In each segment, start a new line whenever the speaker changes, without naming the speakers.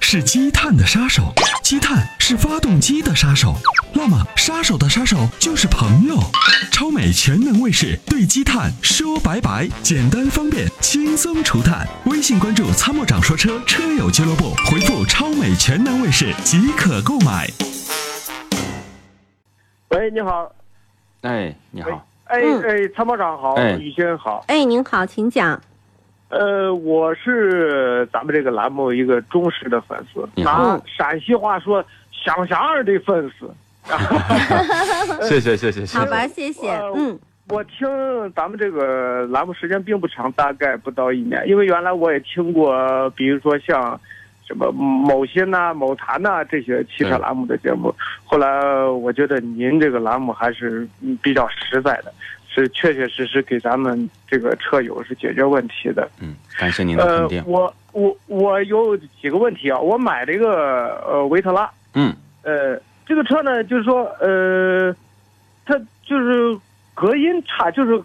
是积碳的杀手，积碳是发动机的杀手。那么，杀手的杀手就是朋友。超美全能卫士对积碳说拜拜，简单方便，轻松除碳。微信关注“参谋长说车”车友俱乐部，回复“超美全能卫士”即可购买。
喂，你好，
哎，你好，
哎
嗯
哎，参谋长好，
哎
宇轩好，
哎，您好，请讲。
呃，我是咱们这个栏目一个忠实的粉丝，
你好
拿陕西话说想啥样的粉丝。
哎谢谢谢谢谢
好吧，谢谢。
呃
嗯，
我听咱们这个栏目时间并不长，大概不到一年，因为原来我也听过，比如说像什么某些呐、某谈呐这些汽车栏目的节目。
嗯
后来我觉得您这个栏目还是嗯比较实在的，是确确实实给咱们这个车友是解决问题的。
嗯，感谢您的肯
呃
定，，
我我我有几个问题啊，我买了一个呃维特拉，
嗯，
呃，这个车呢，就是说，呃，它就是隔音差，就是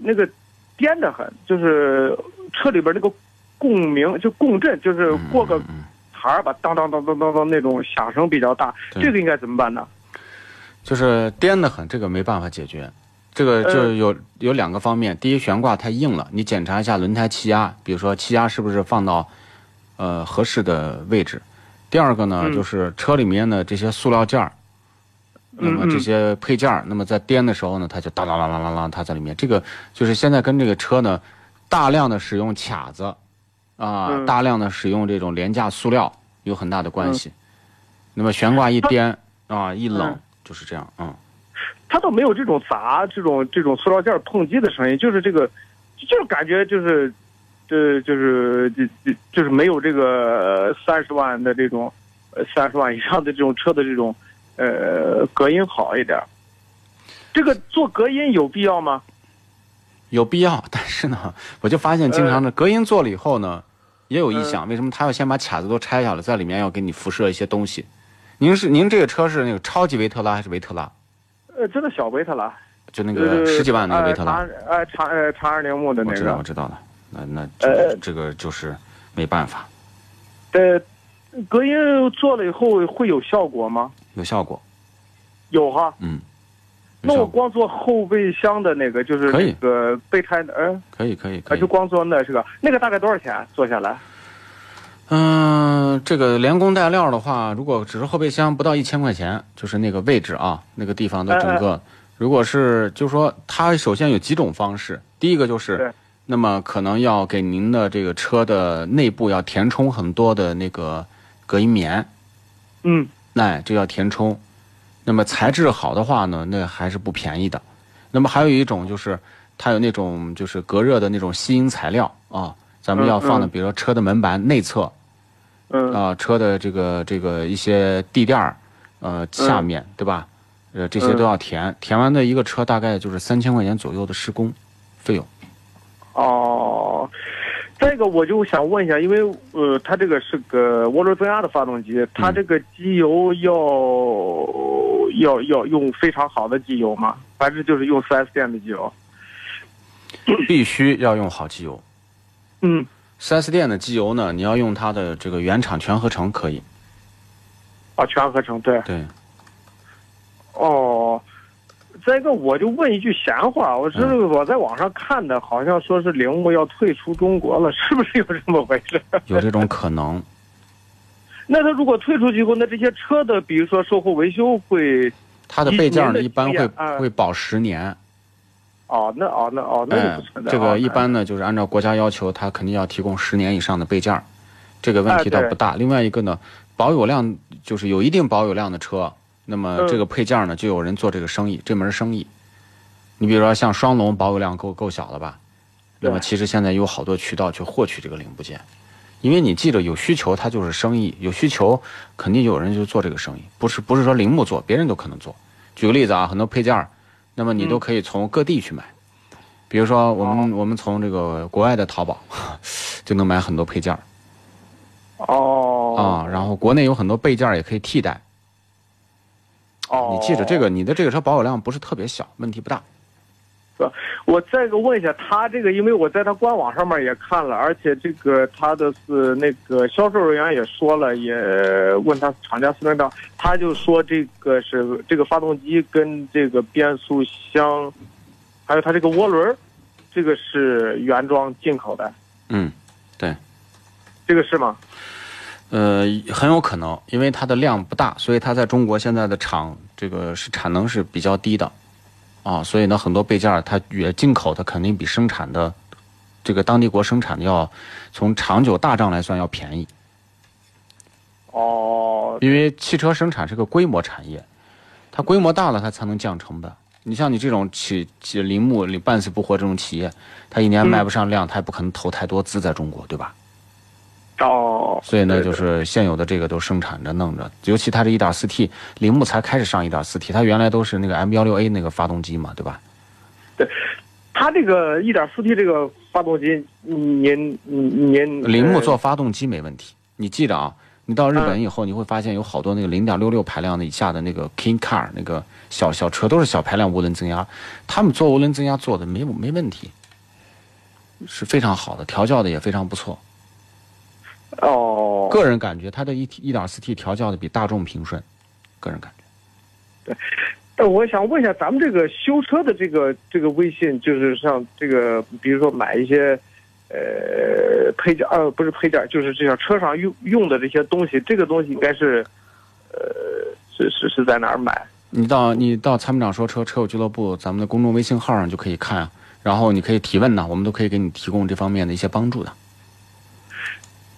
那个颠得很，就是车里边那个共鸣，就共振，就是
嗯
过个
嗯嗯
台儿吧，当当当当当当那种响声比较大，
对
这个应该怎么办呢？
就是颠得很，这个没办法解决。这个就
呃
有、有两个方面，第一，悬挂太硬了，你检查一下轮胎气压，比如说气压是不是放到呃合适的位置。第二个呢，
嗯
就是车里面的这些塑料件儿，那么
嗯嗯
这些配件儿，那么在颠的时候呢，它就哒啦啦啦啦啦，它在里面。这个就是现在跟这个车呢，大量的使用卡子，啊、
嗯
大量的使用这种廉价塑料有很大的关系。那么悬挂一颠啊，一冷、
嗯
就是这样，嗯。
它倒没有这种砸、这种这种塑料件儿碰击的声音，就是这个，就是感觉就是，这就是就就就是没有这个三十万的这种，三十万以上的这种车的这种，呃，隔音好一点儿。这个做隔音有必要吗？
有必要，但是呢，我就发现经常
呃
的隔音做了以后呢，也有异响。为什么他要先把卡子都拆下来，在里面要给你辐射一些东西？您是您这个车是那个超级维特拉还是维特拉？
呃，真的小维特拉，
就那
那
个十几万那个维特拉？
呃，长呃长呃长二零牧的
我
那
知道，我
个，
知道了。那那这
呃
个、这个就是没办法，
呃，隔音做了以后会有效果吗？
有效果，
有哈。
嗯，有
那
效
我
果，
光做后备箱的那个，就是
可
那
以
个备胎的，嗯、
可以可以可
啊，
以
就。光做那是个，那个大概多少钱做下来？
嗯、这个连工带料的话，如果只是后备箱不到一千块钱，就是那个位置啊，那个地方
哎
的整个，如果是就是说，它首先有几种方式，第一个就是
对，
那么可能要给您的这个车的内部要填充很多的那个隔音棉，
嗯，
哎，这要填充。那么材质好的话呢，那还是不便宜的。那么还有一种就是，它有那种就是隔热的那种吸音材料啊，咱们
嗯
要放的，
嗯
比如说车的门板内侧。
嗯、
啊、车的这个这个一些地垫儿，呃，下面、
嗯
对吧？呃，这些都要填，填完的一个车大概就是三千块钱左右的施工费用。
哦，这个我就想问一下，因为呃，它这个是个涡轮增压的发动机，它
嗯
这个机油要、要要用非常好的机油吗？还是就是用 4S 店的机油？
必须要用好机油。
嗯，
4S 店的机油呢，你要用它的这个原厂全合成可以。
啊，全合成对。
对，
哦，再一个，我就问一句闲话，我是
嗯
我在网上看的，好像说是铃木要退出中国了，是不是有这么回事？
有这种可能。
那他如果退出去以后，那这些车的，比如说售后维修会，
它的备件儿呢
一
一般
年
会
的经验啊
会保十年，
哦，那哦那哦，那
哎
就不存在、
这
哦
个一般呢就是按照国家要求，它肯定要提供十年以上的备件儿，这个问题倒
哎对
不大。另外一个呢，保有量就是有一定保有量的车，那么
嗯
这个配件儿呢就有人做这个生意，这门生意。你比如说像双龙保有量够够小了吧？那么
对
其实现在有好多渠道去获取这个零部件，因为你记着有需求它就是生意，有需求肯定有人就做这个生意，不是不是说铃木做，别人都可能做。举个例子啊，很多配件儿，那么你
嗯
都可以从各地去买，比如说我
哦
们、我们从这个国外的淘宝 就能买很多配件儿
哦
啊、然后国内有很多备件儿也可以替代。
哦，
啊你记着这个，你的这个车保有量不是特别小，问题不大。
个。我再一个问一下，他这个，因为我在他官网上面也看了，而且这个他的是那个销售人员也说了，也问他厂家司令长，他就说这个是这个发动机跟这个变速箱，还有它这个涡轮，这个是原装进口的，
嗯，对，
这个是吗？
呃，很有可能，因为它的量不大，所以它在中国现在的厂这个是产能是比较低的，啊，所以呢，很多备件儿它也进口的肯定比生产的这个当地国生产的要从长久大账来算要便宜，
哦，
因为汽车生产是个规模产业，它规模大了，它才能降成本。你像你这种企企林木里半死不活这种企业，它一年卖不上量，它也不可能投太多资在中国，对吧？
哦，
所以呢，
对
就
对
是现有的这个都生产着弄着，尤其它这一点四 T 铃木才开始上一点四 T，它原来都是那个 M 幺六 A 那个发动机嘛，对吧？
它这个一点四 T 这个发动机，您您您
铃木
呃
做发动机没问题，你记着啊，你到日本
嗯
以后，你会发现有好多那个零点六六排量的以下的那个 King Car 那个小小车都是小排量涡轮增压，他们做涡轮增压做的没有没问题，是非常好的，调教的也非常不错。
哦，
个人感觉它的一一点四 T 调教的比大众平顺，个人感觉。
但我想问一下，咱们这个修车的这个这个微信，就是像这个，比如说买一些，呃，配件，呃，不是配件，就是这像车上用用的这些东西，这个东西应该是，呃，是是是在哪儿买？
你到你到参谋长说车车友俱乐部咱们的公众微信号上就可以看啊，然后你可以提问呢，我们都可以给你提供这方面的一些帮助的。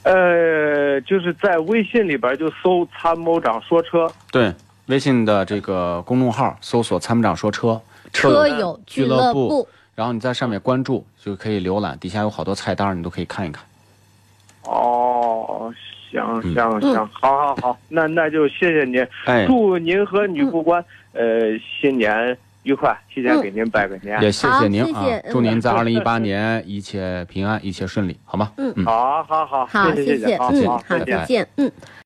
呃，就是在微信里边就搜“参谋长说车
对，微信的这个公众号搜索“参谋长说车”，
车
友
友俱乐部，
然后你在上面关注就可以浏览，底下有好多菜单，你都可以看一看。”。
哦，行
嗯
行行，好好好，那那就谢谢您，
哎，
祝您和女副官、呃新年愉快，提前给您拜个年。
也谢
好
谢您
谢
啊，
谢嗯
祝您在二零一八年一切平安，一切顺利，好吗？
嗯
嗯
好好好，
好，
谢
谢
谢，
嗯，好，
好，再见
再。见，嗯。